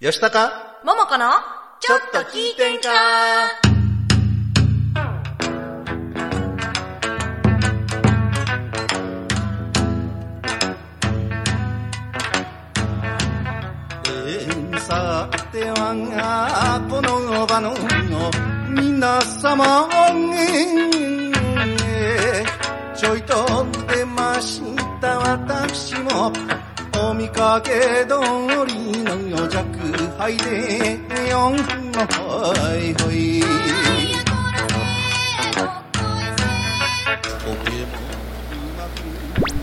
よしたかももこのちょっと聞いてんかえー、さては、この場の皆様、えーちょいと出ました私も、お見かけ通りの弱敗で、よん、ほいほい。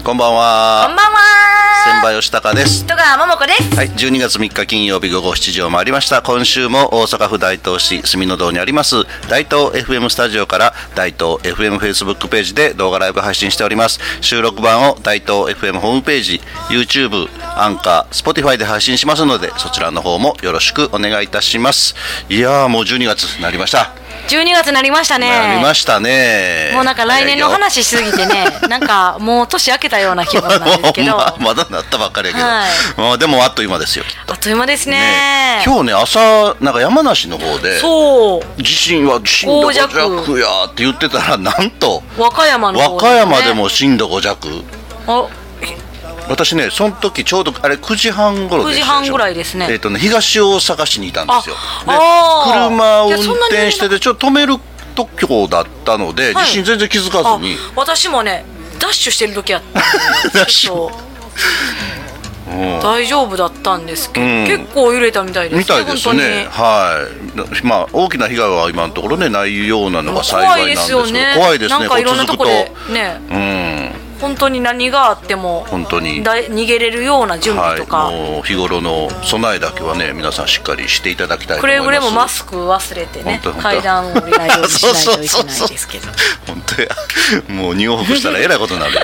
こんばんは。こんばん千は葉吉高です。戸川ももこですはい、12月3日金曜日午後7時を回りました。今週も大阪府大東市住の堂にあります大東 FM スタジオから大東 FM フェイスブックページで動画ライブ配信しております。収録版を大東 FM ホームページ、YouTube、アンカー、Spotify で配信しますので、そちらの方もよろしくお願いいたします。いやーもう12月になりました。 12月になりましたねなりましたね。もうなんか来年の話しすぎて ねなんかもう年明けたような気分なんですけど、まあまだなったばっかりやけど、はいまあでもあっという間ですよ。あっという間ですねね今日ね朝なんか山梨の方でそう地震は震度5 5弱やって言ってたらなんと和歌山の方和歌山でも震度5弱あ私ねその時ちょうどあれ9時半頃9でしたでしょ時半ぐらいですねえっ、とね東大阪市にいたんですよあであー車を運いやそんなに転しててちょっと止める特許だったので、はい地震全然気づかあずに私もねダッシュしてる時やったんで ダッシュそううん大丈夫だったんですけど、うん結構揺れたみたいですねみたいですね本はいまあ大きな被害は今のところねないよう当なのにもがう幸怖いいでなんですすけどよね怖いですねなんかいろんなとこでこねう続くとうん本当に何があっても本当にだい逃げれるような準備とか、はい、もう日頃の備えだけはね皆さんしっかりしていただきたいとく思いれますぐれもマスク忘れてね本当本当階段を降りないようにしないといけないです けど本当やもう入浴したらえらいこ とになる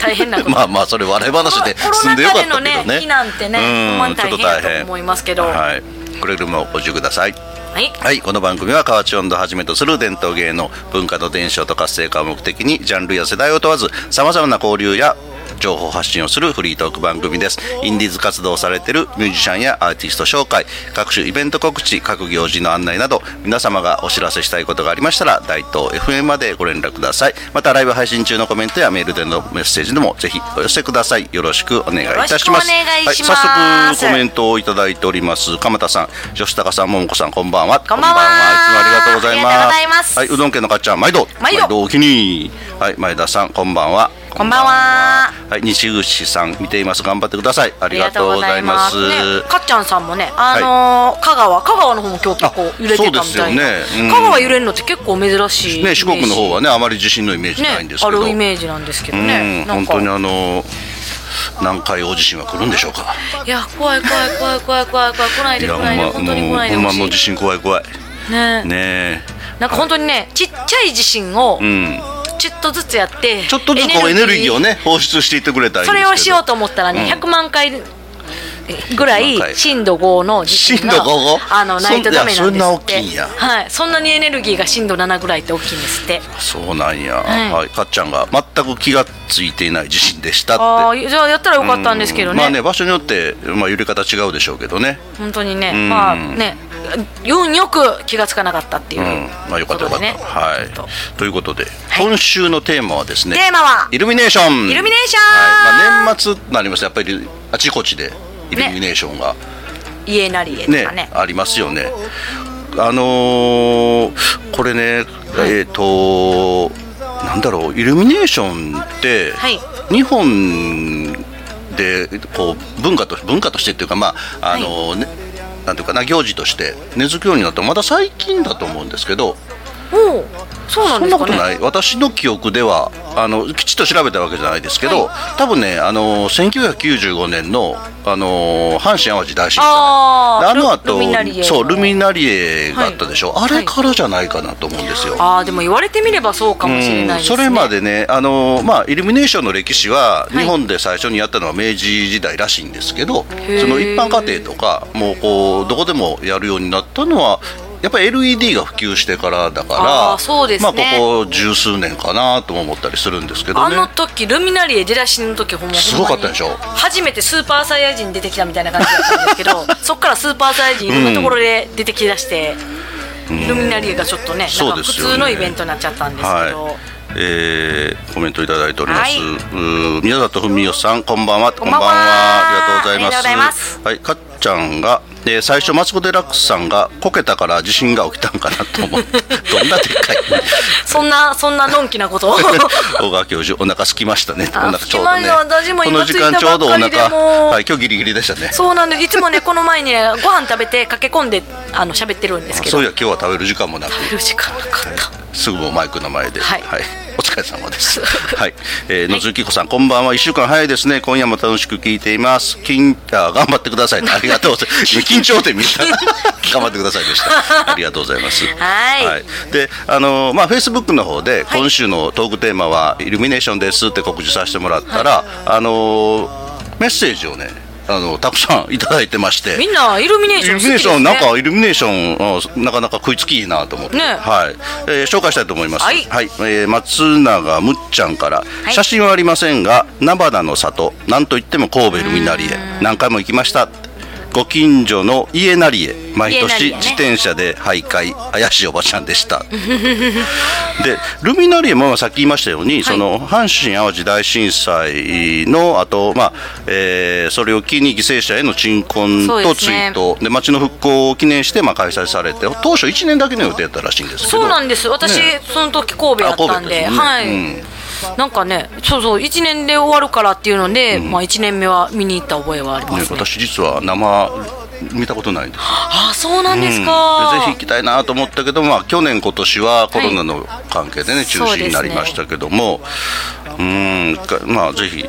大変なことまあまあそれ笑い話でコロ済んでよかったけどコロナね禍でのね避難ってねうんほんまに大変やと思いますけどちょっと大変はい、くれぐれもご注意くださいはいはい、この番組は河内音頭をはじめとする伝統芸能文化の伝承と活性化を目的にジャンルや世代を問わずさまざまな交流や情報発信をするフリートーク番組ですインディーズ活動をされているミュージシャンやアーティスト紹介各種イベント告知各行事の案内など皆様がお知らせしたいことがありましたら大東 FM までご連絡くださいまたライブ配信中のコメントやメールでのメッセージでもぜひお寄せくださいよろしくお願いいたしよろしますくお願いしますはい、早速コメンコメントをいただいております鎌田さん吉高さん桃子さんこんばんはこんばんはこんばんはいつもありがとうございますありがとうございますはいうどん家のかっちゃん毎度毎度お気にはい前田さんこんばんはこんばんははい西口さん見ています頑張ってくださいありがとうございますありがとうございますね、かっちゃんさんもね、あのー香川、香川の方も今日結構揺れてたみたいな、あそうですよねうん香川揺れるのって結構珍しいイメーねジ、四国の方はねあまり地震のイメージねないんですけあど、るイメージなんですけどうんね、なん本か当にあの南海大地震は来るんでしょうかいや、怖い怖い怖い怖い怖い怖い、来ないで来ないで、ほ本んま当に来もうないでほんほましもう地震怖い怖いい、ねねなんか本当にね、ちっちゃい地震をえうんちょっとずつやって、ちょっとずつこうエネルギーをね放出していってくれたらいいそんでれすけどをしようと思ったらね、うん100万回ぐら100万回い震度5の地震が震度5あのないとダメなんですってそんいやそんな大きいんやはい、そんなにエネルギーが震度7ぐらいって大きいんですってそうなんや、はいはい、かっちゃんが全く気がついていない地震でしたあってあじゃあやったらよかったんですけどうね,、まあね場所によって、まあ、揺れ方違うでしょうけどね本当にね、うんまあね運よく気がつかなかったっていうう、んまあよかったよかことった、でねはいちょっということで、い今週のテーマはですねテーマはイルミネーションイルミネーションはいまあ、年末になりますとやっぱりあちこちでイルミネーションが家なりへとねかねありますよねあのーこれね、えっ、となんだろうイルミネーションって、はい日本でこう文化と文化としてっていうかまああのーね、なんていうかな行事として根付くようになったのまだ最近だと思うんですけどおうそうなんそでんすかなことねない私の記憶ではあのきちっと調べたわけじゃないですけど、多分ねあのー1995年のあのー阪神・淡路大震災あでーあの後ルミナリエのそうルミナリエがあったでしょ、はいあれからじゃないかなと思うんですよ、あーでも言われてみればそうかもしれないですね、それまでね、あのまあ、イルミネーションの歴史ははい日本で最初にやったのは明治時代らしいんですけど、ーその一般家庭とかもうこうどこでもやるようになったのはやっぱり LED が普及してからだあかーらそうですねまあ、ここ十数年かなとも思ったりするんですけどあねの時ルミナリエ出だしの時ほんますごかったでしょほんまに初めてスーパーサイヤ人出てきたみたいな感じだったんですけ どそっからスーパーサイヤ人いろんなところで出てきだして、ルミナリエがちょっとねそなうんかです普よね通のイベントになっちゃったんですけど、はいえーコメントいただいております、はいうー宮里文雄さんこんばんはこんばんはありがとうございますありがとうございますはいかっちゃんが、えー最初マツコ・デラックスさんがこけたから地震が起きたんかなと思って どんなでっかいそんなそんなのんきな ことを大川教授お腹空きましたねおあ腹ちょうど空きましねた私もこ今の時間着いたちょばうっどおかりで腹もうはい今日ギリギリでしたねそうなんですいつもねこの前にねご飯食べて駆け込んであの喋ってるんですけそどういや今日は食べる時間もなく食べる時間なかったすぐもうマイクの前で、は、はいいお疲れ様です。はい、えー、野津き子さん、こんばんは。一週間早いですね。今夜も楽しく聞いています。緊あ頑張ってくださいね。ありがとうございます。緊張ってみんな頑張ってくださいでした。ありがとうございます。はいで、あのーまあ Facebook の方で今週のトークテーマはイルミネーションですって告知させてもらったら、あのーメッセージをね、あのたくさんいただいてまして。みんなイルミネーイショルン好ミきネーでシすョねン、なんかイルミネーション、あなかなか食いつきいいなと思って、ねはいえー紹介したいと思います。はいえー松永むっちゃんから、い写真はありませんが、菜花の里、なんといっても神戸ルミナリエ、何回も行きました。ご近所の家なりへ毎家なり年へね自転車で徘徊怪しいおばちゃんでした でルミナリエもさっき言いましたように、その阪神・淡路大震災のあと、まあえーそれを機に犠牲者への鎮魂そうとで追すね悼で町の復興を記念してまあ開催されて当初1年だけの予定だったらしいんですけどそうなんです私、ねその時神戸やったんであ神戸ですねはい、うんなんかねそうそう1年で終わるからっていうので、まあ、1年目は見に行った覚えはありまねす、ね私実は生見たことないんですあそうなんですうんか、でぜひ行きたいなと思ったけど、まあ、去年、今年はコロナの関係でね、はい中止になりましたけども、うーん、まあ、ぜひ。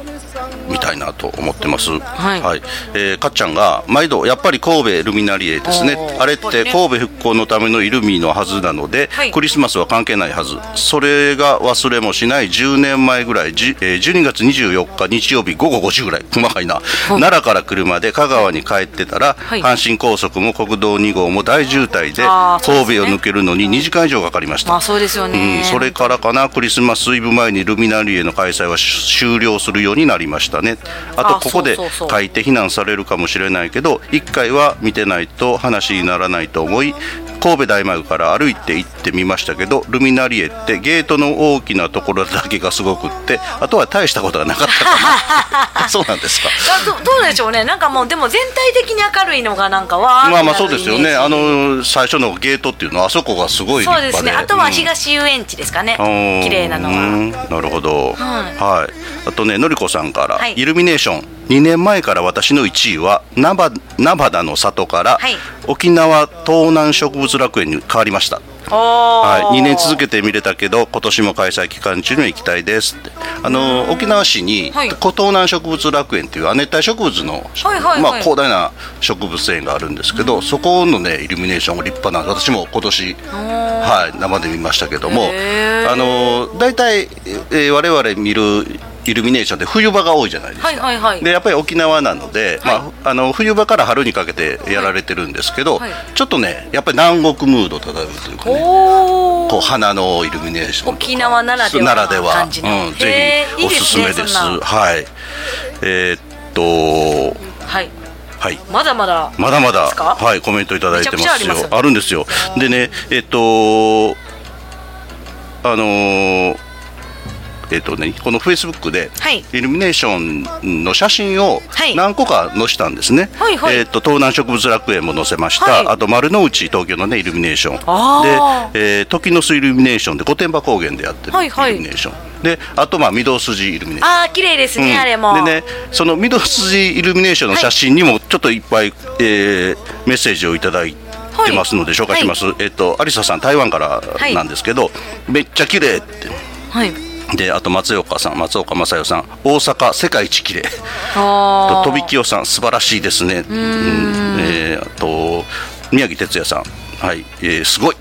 見たいなと思ってます。はいえーかっちゃんが毎度やっぱり神戸ルミナリエですねお。ーあれって神戸復興のためのイルミのはずなので、はいクリスマスは関係ないはず。それが忘れもしない10年前ぐらい、じえー12月24日日曜日午後5時ぐらい、細かいな。奈良から車で香川に帰ってたら、はい阪神高速も国道2号も大渋滞であーそうですね神戸を抜けるのに2時間以上かかりました、まあそうですよね、うん、それからかなクリスマスイブ前にルミナリエの開催はし終了するようになりましたねああとここでそうそうそう書いて非難されるかもしれないけど1回は見てないと話にならないと思い神戸大丸から歩いて行ってみましたけどルミナリエってゲートの大きなところだけがすごくってあとは大したことがなかった かなそうなんですかあどどうでしょうねなんかもうでも全体的に明るいのがなんかわーってまあまあなそるうですよイメーね、ジあの最初のゲートっていうのは、あそこがすごい立そう派でで、すねあとはうん東遊園地ですかね、う綺ん麗なのうはんなるほど、はい、あとね、のりこさんから、はいイルミネーション、2年前から私の1位は、なば菜花の里から、はい沖縄東南植物楽園に変わりました。ははい、2年続けけて見れたけど今年も開催期間中には行きたいですってあの沖縄市に、はい古東南植物楽園っていう亜熱帯植物の、いはいはいまあ、広大な植物園があるんですけど、そこのねイルミネーションが立派な私も今年、はい、生で見ましたけどもへーあの大体、えー我々見るイルミネーションって冬場が多いじゃないですか。はいはいはいでやっぱり沖縄なので、まあ、あの冬場から春にかけてやられてるんですけど、はいちょっとねやっぱり南国ムード漂うというかねおこうー花のイルミネーションとか沖縄ならではならでは感じのうん、へぜーひおすすめですいいですねそんなはいえーっとはいはいまだまだまだまだですかはいコメントいただいてまめちゃくすちゃあよりまするんですよでねえーっとあのーえーっとね、このフェイスブックで、はいイルミネーションの写真をはい何個か載したんですね、はいはいえーっと東南植物楽園も載せました、はいあと丸の内東京の、ね、イルミネーションあーで、えー時の巣イルミネーションで御殿場高原でやってるはいはいイルミネーション、であとまあ御堂筋イルミネーションあー綺麗ですね、うんあれもでねその緑筋イルミネーションの写真にもちょっといっぱい、えーメッセージをいただいてますので紹介します、えっとアリサさん台湾からはいなんですけど、めっちゃ綺麗ってはいであと松岡さん松岡正代さん大阪世界一綺麗あとー飛び清さん素晴らしいですねうんえーあと宮城哲也さんはい、えーすごい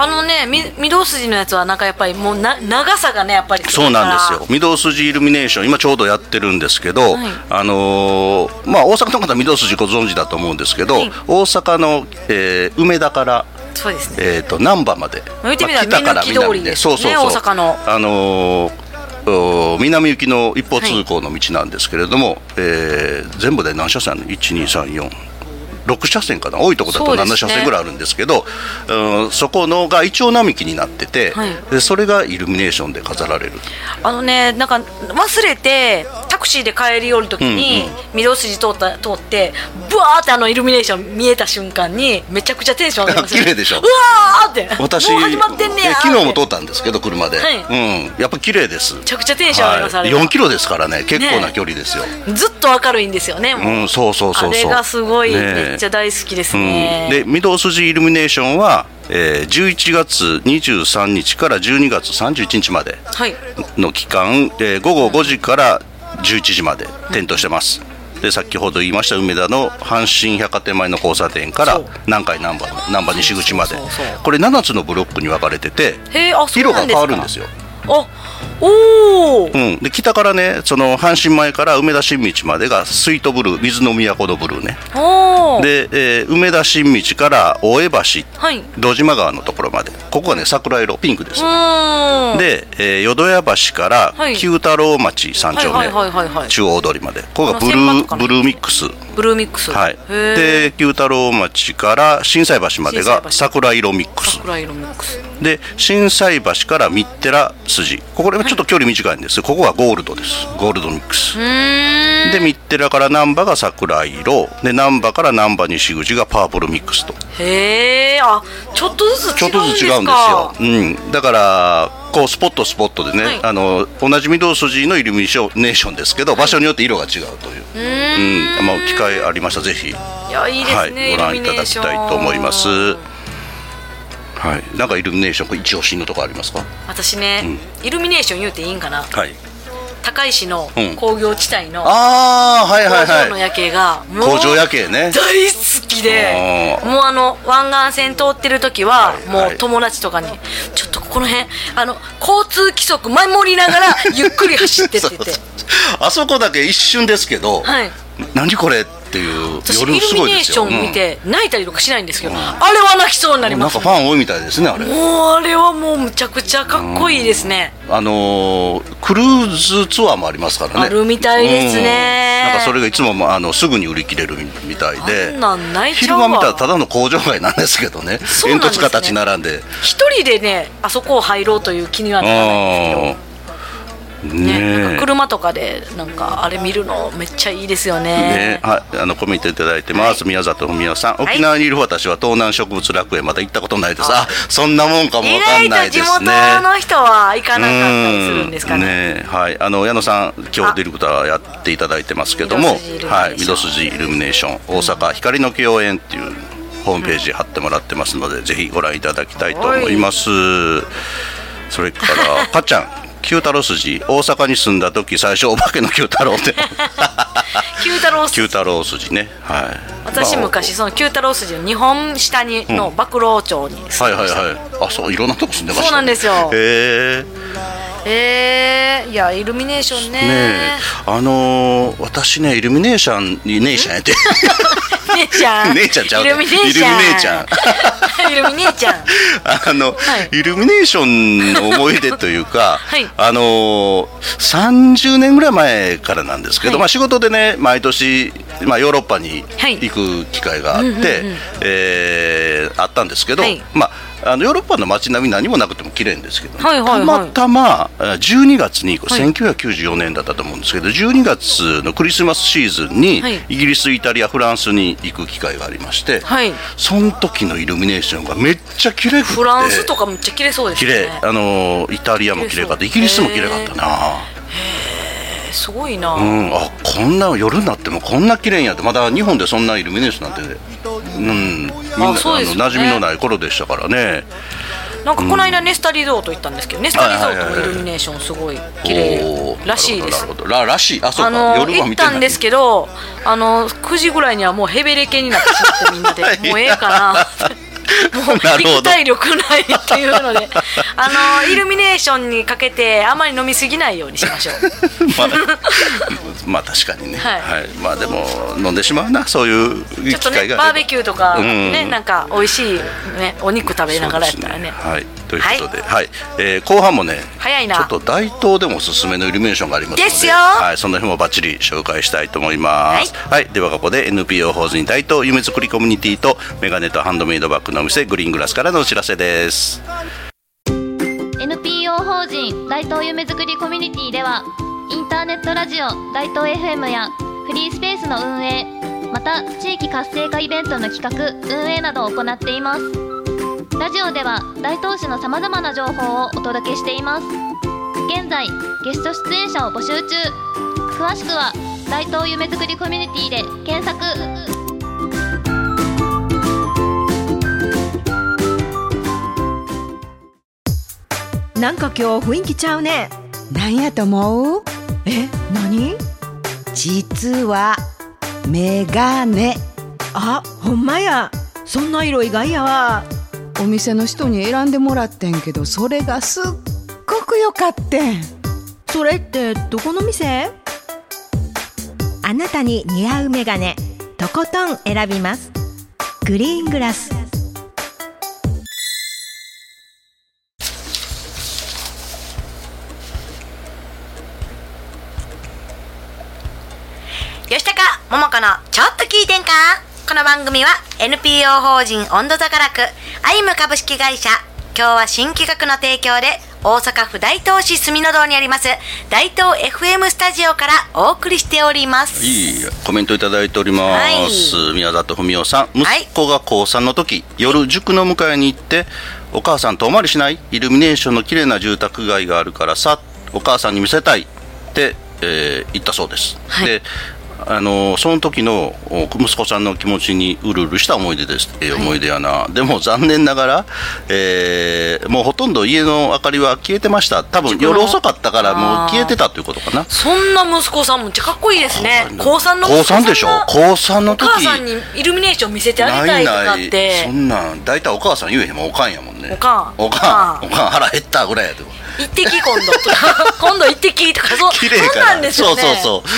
あのね、み御堂筋のやつはなんかやっぱりもうな長さがねやっぱりそうなんですよ。よ御堂筋イルミネーション、今ちょうどやってるんですけど、はいあのーまあ大阪の方は御堂筋ご存知だと思うんですけど、はい大阪の、えー梅田からそうですねえー、と難波まで、言ってみたら北からみんな木通り南でそうそうそう、ね大阪のあのーお南行きの一方通行の道なんですけれども、えー全部で何車線あるの ?1234 6車線かな多いとこだとそうですね7車線ぐらいあるんですけどそうん、そこのがイチョウ並木になってて、はいでそれがイルミネーションで飾られるあのねなんか忘れてタクシーで帰り寄るときに、御堂筋通った通ってブワーってあのイルミネーション見えた瞬間にめちゃくちゃテンション上がります綺麗でしうょわーって私もう始まってんねえや昨日も通めったんですけど車で、はいうん、やっぱ綺麗です、ちゃくちゃテンション上がります、はあい、れは4キロですからね結構なね距離ですよ、ずっと明るいんですよね、もううん、そうそうそうそうあれがすごい、ねえめっちゃ大好きですうん、ね、で御堂筋イルミネーションは、えー11月23日から12月31日まではいの期間、えー午後5時から11時まで点灯してます、で先ほど言いました梅田の阪神百貨店前の交差点からそう南海難波の難波西口まそでうそうそうこれ7つのブロックに分かれててへえあそう色ながんです変かわるんですよあおお、うん、で北からねその阪神前から梅田新道までがスイートブルー水の都のブルーねおおで、えー梅田新道から大江橋はい堂島川のところまでここはね桜色ピンクです、うーんで、えー淀屋橋からはい九太郎町三丁は目いはいはいはいはい中央通りまでここがブルあの千葉とかーねブルーミックスブルーミックスはいへえで九太郎町から心斎橋まで心斎が橋桜色ミックス桜色ミックスで心斎橋から三寺筋ここでちょっと距離短いんですここがゴールドですゴールドミックスうーんで三寺から難波が桜色で難波から難波西口がパープルミックスとへえあちょっとずつちょ違っうとんでずつす違うんでかすよ、うん、だからこうスポットスポットでね、はいあの同じ御堂筋のイルミネーションですけど場所によって色が違うという、うんまあ、機会ありましたらぜひ、いやいいではすい、ね、ご覧イいルミたネだーきションたいと思いますはい、なんかイルミネーションこれ一押しのとこありますか私ね、イルミネーション言うていいんかなはい高石のうん工業地帯の工ああはいはい場のはい夜景がもう工場夜景ね大好きであーもうあの湾岸線通ってる時ははいもはうい友達とかに「ちょっとここの辺あの交通規則守りな がらゆっくり走って」って言ってそう あそこだけ一瞬ですけど、はい何これっていう私イル夜すミごネいーですショよ、ン見て泣いたりとかしないんですけどうんあれは泣きそうになうりん、なんますかもファン多いみたいですねあれうあれはもうむちゃくちゃかっこいいですねあのークルーズツアーもありますからねあるみたいですねうんなんかそれがいつもまああのすぐに売り切れるみみたいあでんなん泣いちゃ昼うわ間見たらただの工場街なんですけどねそうなん煙です突ね形並んで一人でねあそこを入ろうという気にはならないんですけどねあーねなんえか車とかでなんかあれ見るのめっちゃいいですよねね、はい、あのコメントいただいてます、宮里文夫さん、い沖縄にいる私は東南植物楽園まだ行ったことないですあそんなもんかもわ意かんな外いと地で元すねの人は行かなかったりするんですかねうんねはい、あの矢野さん、今日出ることはやっていただいてますけども、はい、御堂御堂筋筋イルミネーション、大阪光の共演っていう。ホームページ貼ってもらってますので、ぜひご覧いただきたいと思います。それから、かっちゃん、 九太郎筋、大阪に住んだ時、最初お化けの九太 郎って。九太郎九筋太郎筋ね、はい。私まあ昔その九太郎筋の日本下にの曝露町に住んでました、はいはいはい。あ、そういろんなとこ住んでましたね。そうなんですよへえ。えー、いやイルミネーションねねえ、あのー私ねイルミネーションにネーションやって。姉ちゃん 姉ちゃんちゃうイでルミネーショ ンイルミネーちゃんあはの、いイルミネーションの思い出というか、 はいあのー30年ぐらい前からなんですけど、はいまあ、仕事でね毎年、まあ、ヨーロッパにはい行く機会があって、えーあったんですけど、はいまあ、あのヨーロッパの街並み何もなくても綺麗ですけどね、はいはいはいたまたま12月に、い1994年だったと思うんですけど12月のクリスマスシーズンに、はいイギリスイタリアフランスに行く機会がありまして、はいその時のイルミネーションがめっちゃ綺麗くてフランスとかめっちゃ綺麗そうです綺よね麗あのーイタリアも綺麗かったイ綺ギ麗リそスうも綺麗かったなすごいな、うんあこんな夜になってもこんな綺麗になってまだ日本でそんなイルミネーションなんてうんみんなあのそうですよね馴染みのない頃でしたからねなんかこの間ネスタリゾート行ったんですけど、ネスタリゾートのイルミネーションすごい綺お麗ーらしいですなるほどなるほどららしいあそうかあの夜は行っ見てたなんいですけどあの9時ぐらいにはもうヘベレケになって しまってみんなでもうええかなってもうなるほど肉体力ないっていうのであ のイルミネーションにかけてあまり飲みすぎないようにしましょう まあ、まあ確かにね、ははいいまあでも飲んでしまうなそういちょうっ機とね会バがあーれベばキューとかね、うんなんか美味しい、ね、お肉食べながらやったらねそうですはいということで、はいえー後半もね早いなちょっと大東でもおすすめのイルミネーションがありますのでですよはい、その日もバッチリ紹介したいと思います、はいではここで NPO 法人大東夢作りコミュニティとメガネとハンドメイドバッグのお店グリーングラスからのお知らせです NPO 法人大東夢づくりコミュニティではインターネットラジオ大東 FM やフリースペースの運営また地域活性化イベントの企画運営などを行っていますラジオでは大東市のさまざまな情報をお届けしています現在ゲスト出演者を募集中詳しくは大東夢づくりコミュニティで検索なんか今日雰囲気ちゃうねなんやと思うえ、何実はメガネあ、ほんまやそんな色意外やわお店の人に選んでもらってんけどそれがすっごく良かってんそれってどこの店あなたに似合うメガネとことん選びますグリーングラス吉高桃子のちょっと聞いてんかこの番組は NPO 法人温度座からくアイム株式会社今日は新企画の提供で大阪府大東市住の堂にあります大東 FM スタジオからお送りしておりますいいコメントいただいております、宮里文夫さん息はい子が高3の時、夜塾の迎えに行ってお母さん遠回りしないイルミネーションの綺麗な住宅街があるからさお母さんに見せたいって、えー言ったそうです、はいであのその時のお息子さんの気持ちにうるうるした思い出です、えー思い出やなでも残念ながら、えーもうほとんど家の明かりは消えてました多分塾の夜遅かったからもう消えてたということかなそんな息子さんむっちゃかっこいいですね高3の高息子さん三がでしょ高三のお時母さんにイルミネーション見せてあげたいとかってないないそんなん大体お母さん言えへんもんおかんやもんねおかんおかんおかんおかん腹減ったぐら いやでも一滴今度 とか今度一滴とかそう綺麗そかうらなんですよねそうそうそう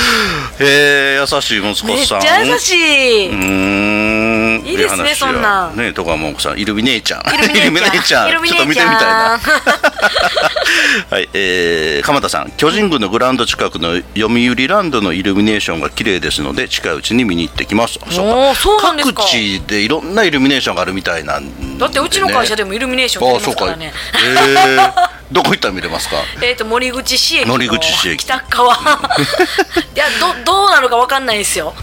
へえ優しい息子めっちさんゃ優しい、うーんいいですね話やそんなんね戸川桃子さんイルミネーちゃんイルミネーちゃんイルミネーちゃんちょっと見てみたいな はいえー、鎌田さん巨人軍のグラウンド近くの読売ランドのイルミネーションが綺麗ですので近いうちに見に行ってきますあそうおーそうなんですか各地でいろんなイルミネーションがあるみたいなんでねだってうちの会社でもイルミネーションあやありまそうすかからえね。ー、 どこ行ったら見れますかえっと森口市駅の森口市駅北側 いやどどうなるかわかんないですよ。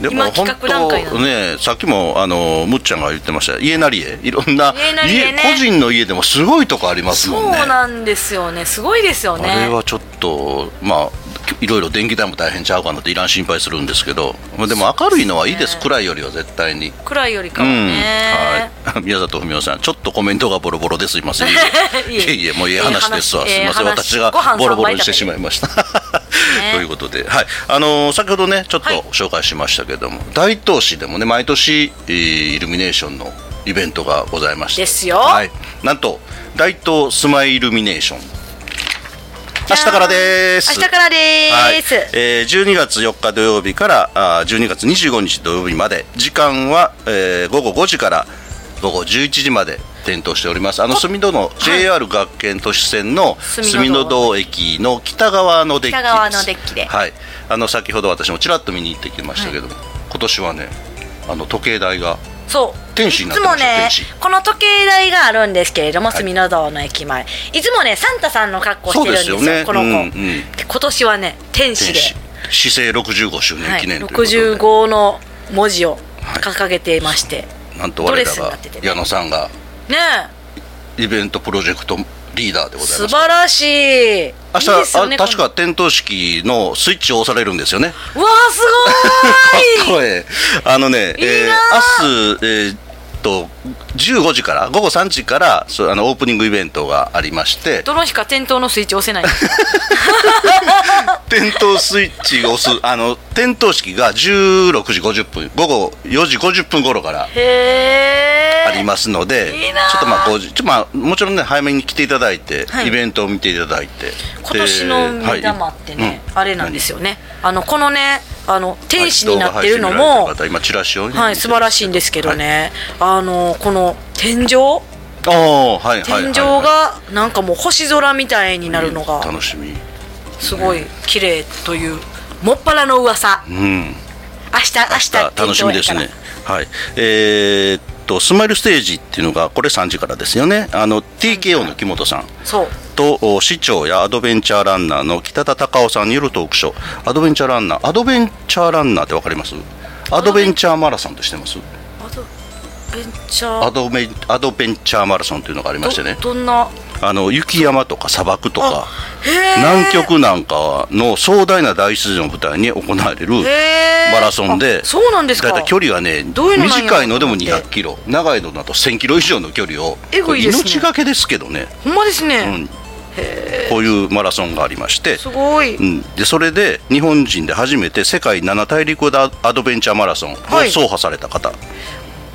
で今企画段階なのねさっきもあのむっちゃんが言ってました家なりへいろんな家なりへね個人の家でもすごいとこありますそもうんねなんですよねすごいですよあね。れはちょっとまあいろいろ電気代も大変ちゃうかなっていらん心配するんですけどまあでも明るいのはいいです暗いよりは絶対に。暗いよりかうはんね。はい、 宮里文夫さん、ちょっとコメントがボロボロです、いま せん。いいええいえ、もういい話ですわ、えすえみません、話私がご飯ボロボロにしてしまいました。 ということで、はい、あのー先ほどね、ちょっとはい紹介しましたけども、大東市でもね、毎年、えーイルミネーションのイベントがございまして。ですよはい、なんと、大東スマイルミネーション。明日からです。明日からではいーす。えー12月4日土曜日からあー12月25日土曜日まで時間は、えー午後5時から午後11時まで点灯しておりますあの住戸の JR 学研都市線の住住戸戸堂駅の北側のデッキです北側のデッキではい、あの先ほど私もちらっと見に行ってきましたけども、今年はねあの時計台がそう天使いになっつてまもしたね天使この時計台があるんですけれども隅の堂の駅前、い、つもねサンタさんの格好してるんですよそうですよねこの子、うんうんで今年はね天使天で使市政65周は年い記念ということで、 65の文字をはい掲げていまして、なんと我らドレスにがなっててね矢野さんがねイベントプロジェクトリーダーでえござい素ます晴らしい明日いいですよねあ確か点灯式のスイッチを押されるんですよね。このうわーす ごーいこれあのね、いいえー明日、えーっと15時から午後3時からそうあのオープニングイベントがありましてどの日か店頭のスイッチ押せない 点灯スイッチを 押すあの点灯式が16時50分午後4時50分頃からへありますので、いいなあちょっとまあこうちょっとまあもちろんね早めに来ていただいて、はいイベントを見ていただいて、今年の目玉ってね、あれなんですよ。よねあのこのねあの何天使になってるのも、はい動画配信見られてる方今チラシをね、はい、素晴らしいんですけどね、あのこの天井はい。ああはいはいはい天はい井がなんかもう星空みたいになるのが楽しみ。すごい綺麗というもっぱらの噂うん。明日明日あ楽しみですね。はい。えーっとスマイルステージっていうのがこれ3時からですよね。あの TKO の木本さん。そうとお市長やアドベンチャーランナーの北田隆夫さんによるトークショーアドベンチャーランナーアドベンチャーランナーってわかりますアドベンチャーマラソンとしてますアドベンチャーアドベンアドベンチャーマラソンというのがありましてねどどんなあの雪山とか砂漠とかへ南極なんかの壮大な大自然を舞台に行われるへーマラソンであそうなんですかだいたい距離がねどういうのなんやろう短いのでもと2思って0 0キロ長いのだと1 0 0 0キロ以上の距離をえぐいですねこれ命がけですけどね、ほんまですうね、ん、こういうマラソンがありましてすごい、うん、でそれで日本人で初めて世界7大陸アドベンチャーマラソンをはい走破された方、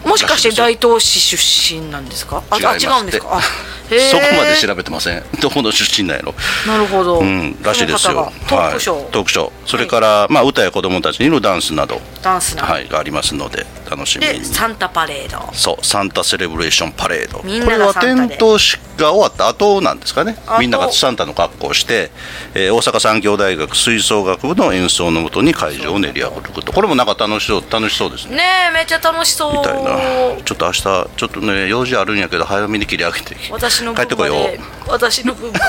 もしかして大東市出身なんですかああ違います違うんですかあそこまで調べべてません どこの出身なんやろ、なるほど、うん、らしいですそのよ方がトークショー、はい、トークショーそれから、まあ、歌や子供たちにのダンスなど、ダンスな、はい、がありますので楽しみでにサンタパレードそうサンタセレブレーションパレードみんなこれがはサンタで点灯式が終わった後なんですかね後みんながサンタの格好をして、えー大阪産業大学吹奏楽部の演奏のもとに会場を練り歩くとこれもなんか楽しそう楽しそうですねねえめっちゃ楽しそうみたいなちょっと明日ちょっとね用事あるんやけど早めに切り上げて私の帰っ分てまこいよで私の分ま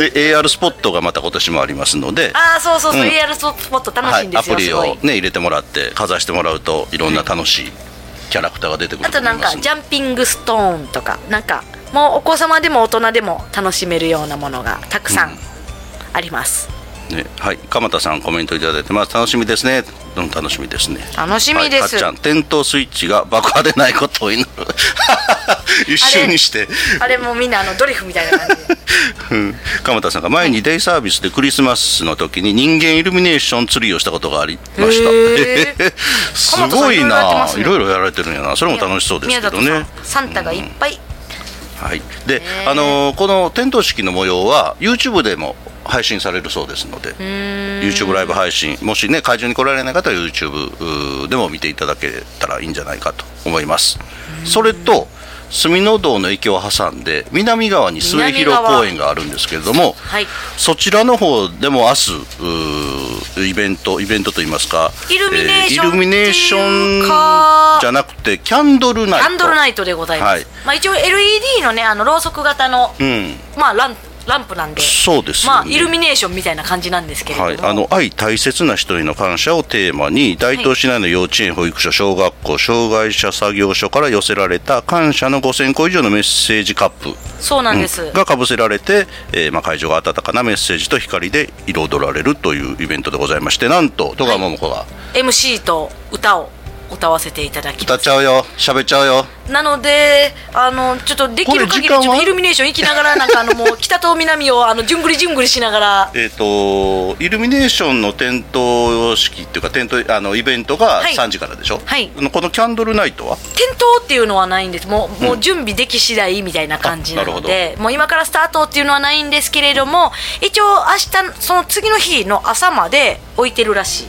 でで AR スポットがまた今年もありますのでああそうそうそう、うん AR スポット楽はしいんい、でアすよ、プリすごいを、ね、入れてもらってかざしてもらうといろんな楽しいキャラクターが出てくあるとと思ないんまかすのジでャンピングストーンとかなんかもうお子様でも大人でも楽しめるようなものがたくさんあります、ねはい、鎌田さんコメントいただいてます楽しみですねうん楽しみですね楽しみですはい、かっちゃん点灯スイッチが爆破でないことを祈る 一瞬にしてあれもみんなあのドリフみたいな感じでうん鎌田さんが前にデイサービスでクリスマスの時に人間イルミネーションツリーをしたことがありました、へすごい鎌田さんいろいろやってますねないろいろやられてるんやなそれも楽しそうですけど宮ね里さんサンタがいっぱい、はい、で、あのーこの点灯式の模様は YouTube でも配信されるそうですので YouTube ライブ配信もしね会場に来られない方は YouTube うーでも見ていただけたらいいんじゃないかと思いますそれと隅の道の駅を挟んで南側に末広公園があるんですけれども、 はいそちらの方でも明日うーイベントイベントといいますかイルミネーションえイルミネーションじゃなくてキャンドルナイトアンドルナイトでございます、はいまあ、一応 LED のねあのろうそく型の、うんまあランランプなんでそうですよねまあイルミネーションみたいな感じなんですけれども、はい、あの愛大切な人への感謝をテーマに大東市内の幼稚園保育所小学校障害者作業所から寄せられた感謝の5000個以上のメッセージカップそうなんです、うんがかぶせられて、えーまあ、会場が温かなメッセージと光で彩られるというイベントでございましてなんと戸川桃子が MC と歌を歌わせていただき歌まっちゃうよ喋っちゃうよすなのであのちょっとできる限りこれ時間はちょっとイルミネーション行きな がらなんかあのもう北と南をあのじゅんぐりじゅんぐりしながらえっ、とイルミネーションの点灯式っていうか点灯あのイベントがはい3時からでしょ、はいあのこのキャンドルナイトは点灯っていうのはないんですもう,、もう準備でき次第みたいな感じなのあなるでもう今からスタートっていうのはないんですけれども一応明日その次の日の朝まで置いてるらしい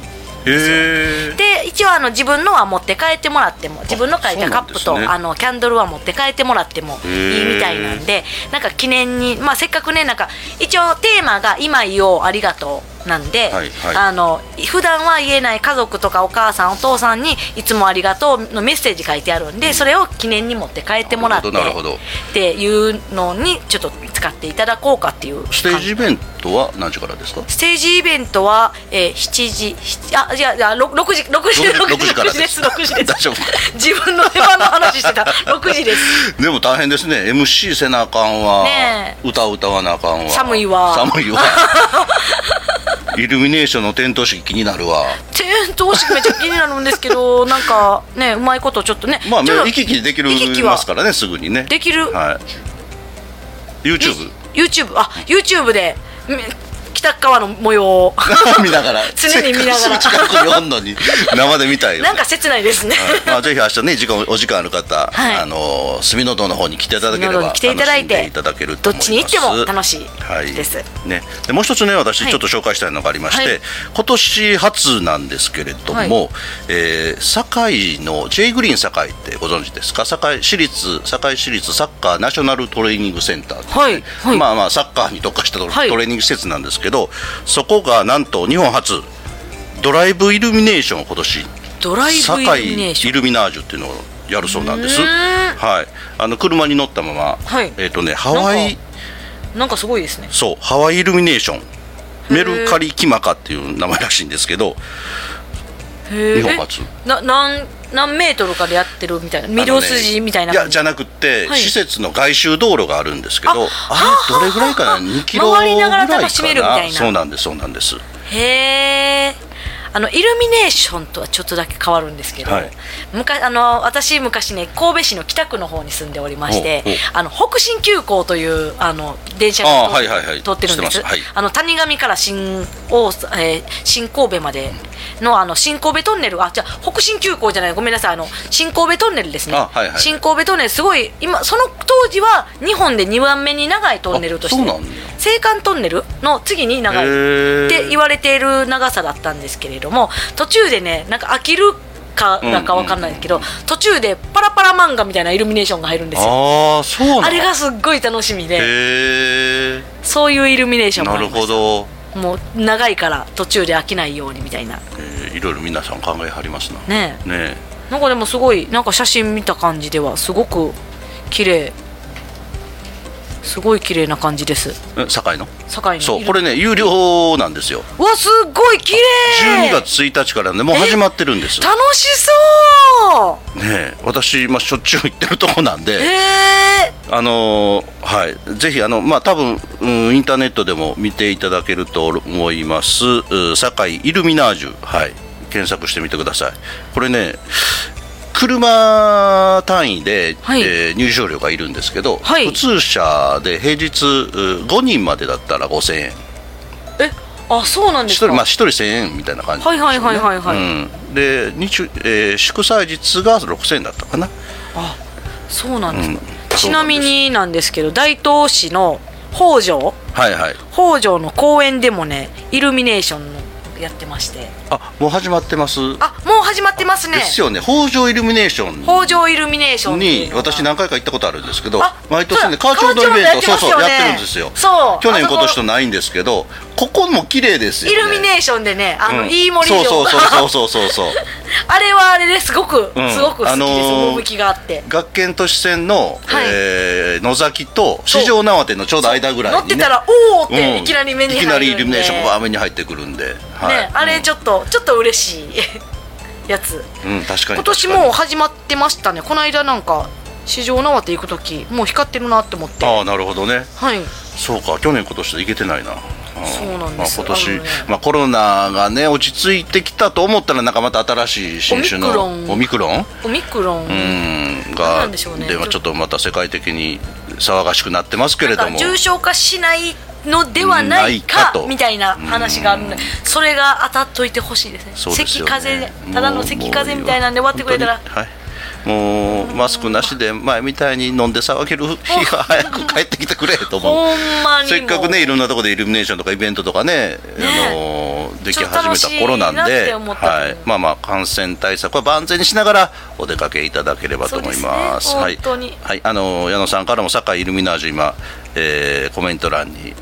へえで一応あの自分のは持って帰ってもらっても自分の書いたカップそうと、なんですねあのキャンドルは持って帰ってもらってもいいみたいなんでなんか記念に、まあ、せっかくねなんか一応テーマが「今言おうありがとう」なんで、はいはいあの普段は言えない家族とかお母さんお父さんに「いつもありがとう」のメッセージ書いてあるんでそれを記念に持って帰ってもらってっなるほどなるほどていうのにちょっと使っていただこうかっていう感じステージイベントは何時からですかステージイベントは、えー、7時7あじゃあじゃあろ 6, 時6時6 6時時から6時でですす6時です 大丈夫か自分の出番の話してた6時 ですでも大変ですね MC せなあかんわ、ね歌歌わなあかんわ寒いわ 寒いわイルミネーションの点灯式気になるわ点灯式めっちゃ気になるんですけど なんかねうまいことちょっとねまあちょっと行き来できる行き来はますからねすぐにねできるはい YouTube YouTube あ YouTube でみ北川の模様を見ながら 常に見ながらせっかく近くにおん のに生で見たいよねなんか切ないですね、はいまあ、ぜひ明日ね時間お時間ある方、はいあの隅の堂の方に来ていただけれ隅の堂ばに来ていただいて楽しんでいただけると思います どっちに行っても楽しいはいですね、でもう一つね私はいちょっと紹介したいのがありまして、はい今年初なんですけれども、はいえー堺の J グリーン堺ってご存知ですか堺市立堺市立サッカーナショナルトレーニングセンターってはいはいまあまあサッカーに特化したトレはいトレーニング施設なんですけど、そこがなんと日本初ドライブイルミネーションを今年ドライブイルミネーシ堺イョンルミナージュっていうのをやるそうなんです。うーはい、あの車に乗ったまま、はいえっ、とねハワなんイかなんかすごいですねそうハワイイルミネーションメルカリキマカっていう名前らしいんですけどへー日本初えな何何メートルかでやってるみたいな御堂筋みたいな、あのねやじゃなくて、はい施設の外周道路があるんですけどああれどれぐらいかな2キロぐら回りいなかがらな楽しめるみたいなそうなんですそうなんですへえあのイルミネーションとはちょっとだけ変わるんですけど、はい昔あの私昔ね神戸市の北区の方に住んでおりましてほうほあの北進急行というあの電車あがーはいはいはい通ってるんで知すってますはいあの谷上から新大阪、えー新神戸までのあの新神戸トンネルあじゃあ北進急行じゃないごめんなさいあの新神戸トンネルですね、あはいはい新神戸トンネルすごい今その当時は日本で2番目に長いトンネルとしてあそうなんだ青函トンネルの次に長いへーって言われている長さだったんですけれども途中でねなんか飽きるかなんかわかんないんですけど、途中でパラパラ漫画みたいなイルミネーションが入るんですよああそうなんあれがすっごい楽しみでへえそういうイルミネーションもなありるまほすど、もう長いから途中で飽きないようにみたいなえーいろいろ皆さん考えはりますなねねええなんかでもすごいなんか写真見た感じではすごく綺麗すごい綺麗な感じですえ堺の堺のそうこれね有料なんですようわすっごい綺麗12月1日からねもう始まってるんですね楽しそうえ私、まあ、しょっちゅう行ってるとこなんえで、えあのーはい、ぜひあの、まあ、多分、うん、インターネットでも見ていただけると思いますうん堺イルミナージュ、はい、検索してみてくださいこれね車単位で、はいえー入場料がいるんですけど、はい普通車で平日うん5人までだったら5000円えあそうなんで一す人かまあ、一人1000円みたいな感じはいはいはいはいはいうん、で日、えー祝祭日が6000円だったかなそうなんですか、うんちなみになんですけど大東市の北条はいはい北条の公園でもねイルミネーションのやってましてあもう始まってますあもう始まってますねですよね北条イルミネーション北条イルミネーションっていうにのが私何回か行ったことあるんですけどあ毎年ねそカうーチョードイベンカートチョそーうドそうやっやっててまるんですすよよねそう去あ年そこ今年とないんですけどここも綺麗ですよイねルミネーションでねあの、うんいい森城そうそうそうそうそうそう あれはあれですごく、うんすごく好きです、あのー趣があって学研都市線の、 はいえー野崎と四条縄手のちょうど間ぐらいに、乗ね、ってたらおおっうんていきなり目に入るんで、いきなりイルミネーションが目に入ってくるんで、はいね、あれちょっとちょっと嬉しい やつうん、うん確かに今年確かもうに始まってましたねこの間なんか市場縄手行く時もう光ってるなって思ってああなるほどねはいそうか去年今年で行けてないなあーそうなんですまあ、今年あのねまあ、コロナがね落ち着いてきたと思ったらなんかまた新しい新種のオオミミクロンオミクロン、うん何ながんでしょうねでまあちょっとまた世界的に騒がしくなってますけれどなんもか重症化しないのではないないかかとみたいな話があるのでそれが当たっといてほしいですねそうです咳よね風邪もうただの咳風邪みたいなんで終わってくれたらもうはいもうマスクなしで前みたいに飲んで騒げる日が早く帰ってきてくれと思うほんまにもうせっかくねいろんなところでイルミネーションとかイベントとかねあのーでき始めた頃なんでちょっと楽しいなって思ったけどはい、まあまあ感染対策は万全にしながらお出かけいただければと思いますそうはでいすね本当にはい、あのー矢野さんからも堺イルミナージュ今、えーコメント欄に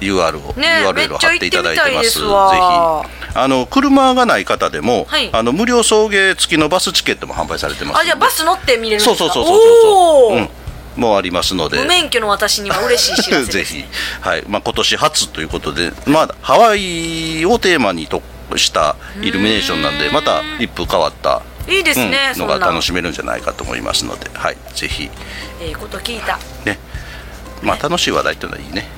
UR を、ね URL を貼っていただいめっちゃ行ってみたていまですすぜひわあの車がない方でも、はいあの無料送迎付きのバスチケットも販売されてますのであじゃあバス乗って見れるんですそうかそうそうそうそうおうーんもうありますので無免許の私には嬉しい知らせです、ね、 ぜひ、はいまあ、今年初ということで、まあ、ハワイをテーマにとしたイルミネーションなんでまた一風変わったいいですねうんそんのなが楽しめるんじゃないかと思いますので、はい、ぜひ、ええこと聞いたねまあ、楽しい話題というのはいいね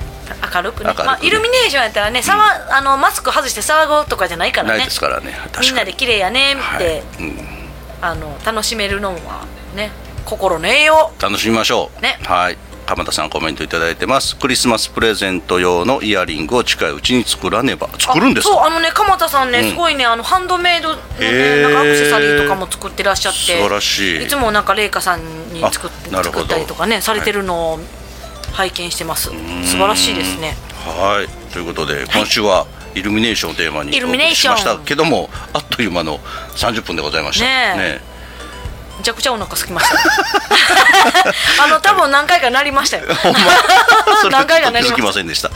明るくね明るくねまあ、イルミネーションやったらね、騒あのマスク外して騒ごうとかじゃないからないねですからねみ確んかなにで綺麗やねっはて、いうん、あの楽しめるのはね心の栄養楽しみましょう、ねはい鎌田さんコメントいただいてますクリスマスプレゼント用のイヤリングを近いうちに作らねば作るんですあそうかあのね鎌田さんね、うんすごいねあのハンドメイドのへねなーんかアクセサリーとかも作ってらっしゃって素晴らしいつもなんか麗華さんにあ作っなるほど作ったりとかねされてるのを拝見してます、素晴らしいですねはいということで今週はイルミネーションをテーマにイルミネーションお送りしましたけどもあっという間の30分でございましたねえねめちゃくちゃお腹すきました あの多分何回かなりましたよ ほ んまそれ何回かなり気づきまませんでした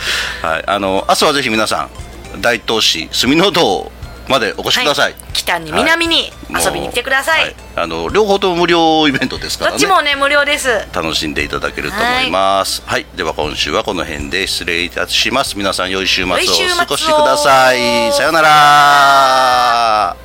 はいあの明日はぜひ皆さん大東市住の堂までお越しください、北に南に遊びに来てください、もうはいあの両方とも無料イベントですどからねっちもね無料です楽しんでいただけると思いますはい、では今週はこの辺で失礼いたします皆さん良い週末をお過ごしくださ良い週末いをさようなら